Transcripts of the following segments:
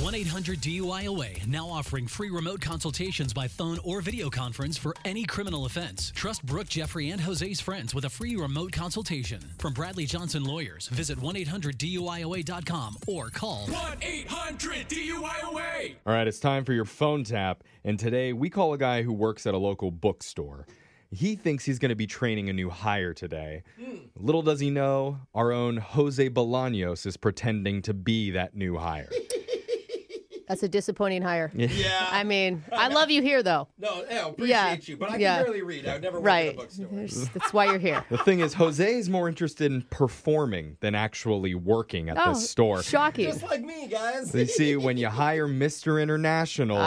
1 800 DUIOA now offering free remote consultations by phone or video conference for any criminal offense. Trust Brooke, Jeffrey, and Jose's friends with a free remote consultation. From Bradley Johnson Lawyers, visit 1 800 DUIOA.com or call 1 800 DUIOA. All right, it's time for your phone tap. And today we call a guy who works at a local bookstore. He thinks he's going to be training a new hire today. Little does he know, our own Jose Bolaños is pretending to be that new hire. That's a disappointing hire. Yeah. I mean, I love you here though. no, no, appreciate Yeah. you, but I can Yeah. barely read. I would never work Right. in a bookstore. There's- That's why you're here. the thing is, Jose is more interested in performing than actually working at Oh, this store. shocking. Just like me, guys. They see when you hire Mr. International,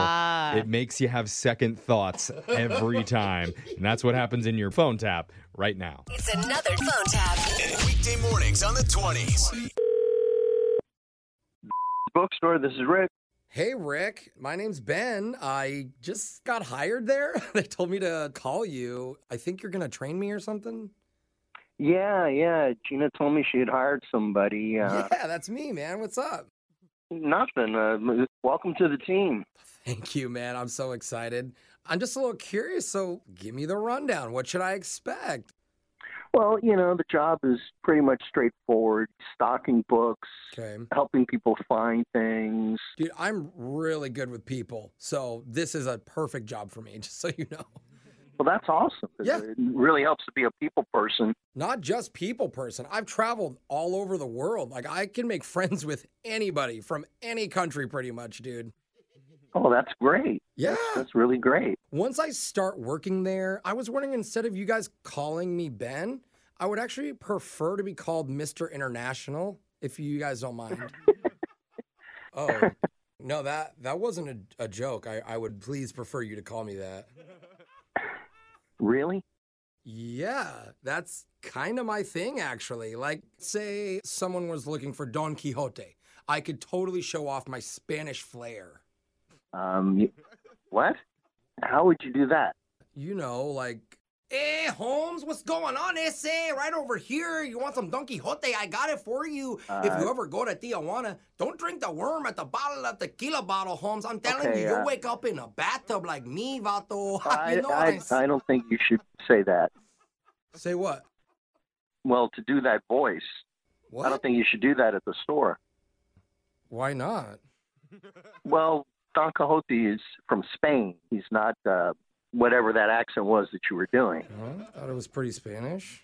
it makes you have second thoughts every time. And that's what happens in your phone tap right now. It's another phone tap. Weekday mornings on the 20s. bookstore. This is Rick. Hey, Rick. My name's Ben. I just got hired there. they told me to call you. I think you're going to train me or something. Yeah, yeah. Gina told me she had hired somebody. Uh, yeah, that's me, man. What's up? Nothing. Uh, m- welcome to the team. Thank you, man. I'm so excited. I'm just a little curious, so give me the rundown. What should I expect? Well, you know, the job is pretty much straightforward stocking books, Okay. helping people find things. Dude, I'm really good with people, so this is a perfect job for me, just so you know. Well, that's awesome. Yeah. It really helps to be a people person. Not just people person. I've traveled all over the world. Like, I can make friends with anybody from any country, pretty much, dude. Oh, that's great. Yeah. That's really great. Once I start working there, I was wondering instead of you guys calling me Ben, I would actually prefer to be called Mr. International if you guys don't mind. oh, no, that that wasn't a, a joke. I, I would please prefer you to call me that. Really? Yeah, that's kind of my thing, actually. Like, say someone was looking for Don Quixote, I could totally show off my Spanish flair. Um, y- what? How would you do that? you know, like, hey, Holmes, what's going on, ese? Right over here. You want some Don Quixote? I got it for you. if Uh, you ever go to Tijuana, don't drink the worm at the bottle of tequila bottle, Holmes. I'm telling Okay, you, you'll uh, wake up in a bathtub like me, vato. I, you know I, this. I don't think you should say that. Say what? Well, to do that voice, What? I don't think you should do that at the store. Why not? Well, Don Quixote is from Spain. He's not uh, whatever that accent was that you were doing. Huh? thought it was pretty Spanish.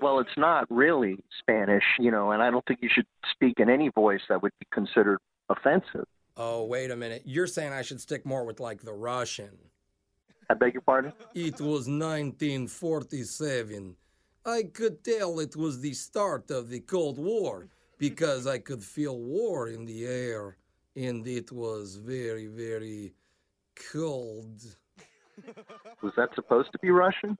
Well, it's not really Spanish, you know, and I don't think you should speak in any voice that would be considered offensive. Oh, wait a minute. You're saying I should stick more with, like, the Russian. I beg your pardon? It was 1947. I could tell it was the start of the Cold War because I could feel war in the air and it was very, very cold. Was that supposed to be Russian?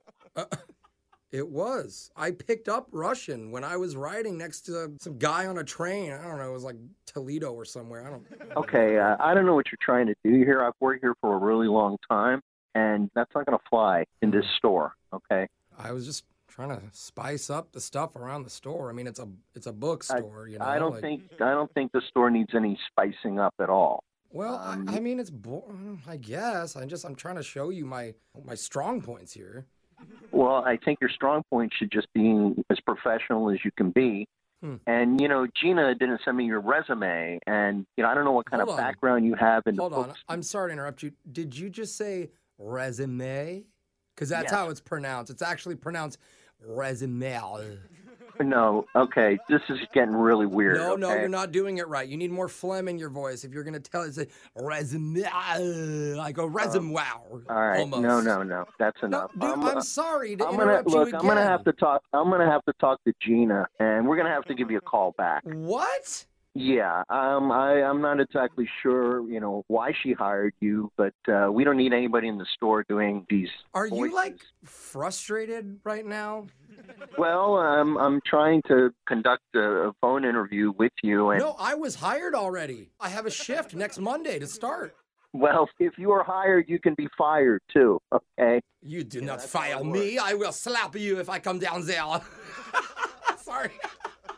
It was. I picked up Russian when I was riding next to some guy on a train. I don't know, it was like Toledo or somewhere. I don't Okay, uh, I don't know what you're trying to do here. I've worked here for a really long time, and that's not going to fly in this store, okay? I was just trying to spice up the stuff around the store. I mean, it's a it's a bookstore, you know. I don't like- think I don't think the store needs any spicing up at all. Well, Um, I, I mean, it's boring. I guess I just I'm trying to show you my my strong points here. Well, I think your strong point should just be as professional as you can be. Hmm. And you know, Gina didn't send me your resume, and you know, I don't know what kind Hold of on. background you have in Hold the on, books. I'm sorry to interrupt you. Did you just say resume? Because that's Yes. how it's pronounced. It's actually pronounced resume. No, okay, this is getting really weird. No, no, okay? you're not doing it right. You need more phlegm in your voice if you're gonna tell it. Say resume, like a resume. Uh, All right, almost. no, no, no, that's No, enough. dude, I'm, I'm, uh, sorry to I'm gonna interrupt look. you again. I'm gonna have to talk. I'm gonna have to talk to Gina, and we're gonna have to give you a call back. What? Yeah, um, I, I'm not exactly sure, you know, why she hired you, but uh, we don't need anybody in the store doing these. Are you voices. like frustrated right now? Well, um, I'm trying to conduct a, a phone interview with you, and No, I was hired already. I have a shift next Monday to start. well, if you are hired, you can be fired too. Okay. You do Yeah, not that's how it fire me. I will slap you if I come down there. Sorry.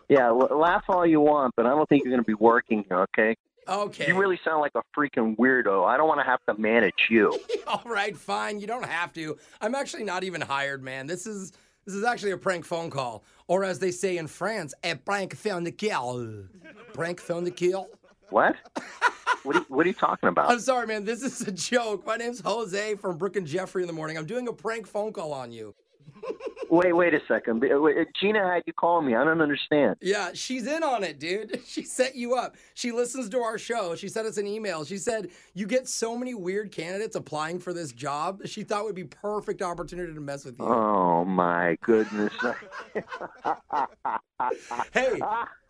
Yeah, l- laugh all you want, but I don't think you're going to be working here. Okay. Okay. You really sound like a freaking weirdo. I don't want to have to manage you. All right, fine. You don't have to. I'm actually not even hired, man. This is this is actually a prank phone call, or as they say in France, a prank phone de kill. Prank phone de kill. What? What are, you- what are you talking I'm about? sorry, man. This is a joke. My name's Jose from Brook and Jeffrey in the morning. I'm doing a prank phone call on you. Wait, wait a second. Wait, wait, Gina had you call me. I don't understand. Yeah, she's in on it, dude. She set you up. She listens to our show. She sent us an email. She said, You get so many weird candidates applying for this job. She thought would be perfect opportunity to mess with you. Oh my goodness. Hey,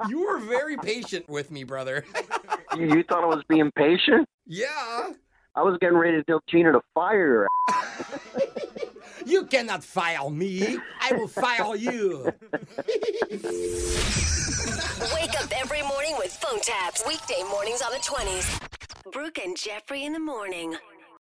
you were very patient with me, brother. you, you thought I was being patient? yeah. I was getting ready to tell Gina to fire her. You cannot file me. I will file you. Wake up every morning with phone taps. Weekday mornings on the 20s. Brooke and Jeffrey in the morning.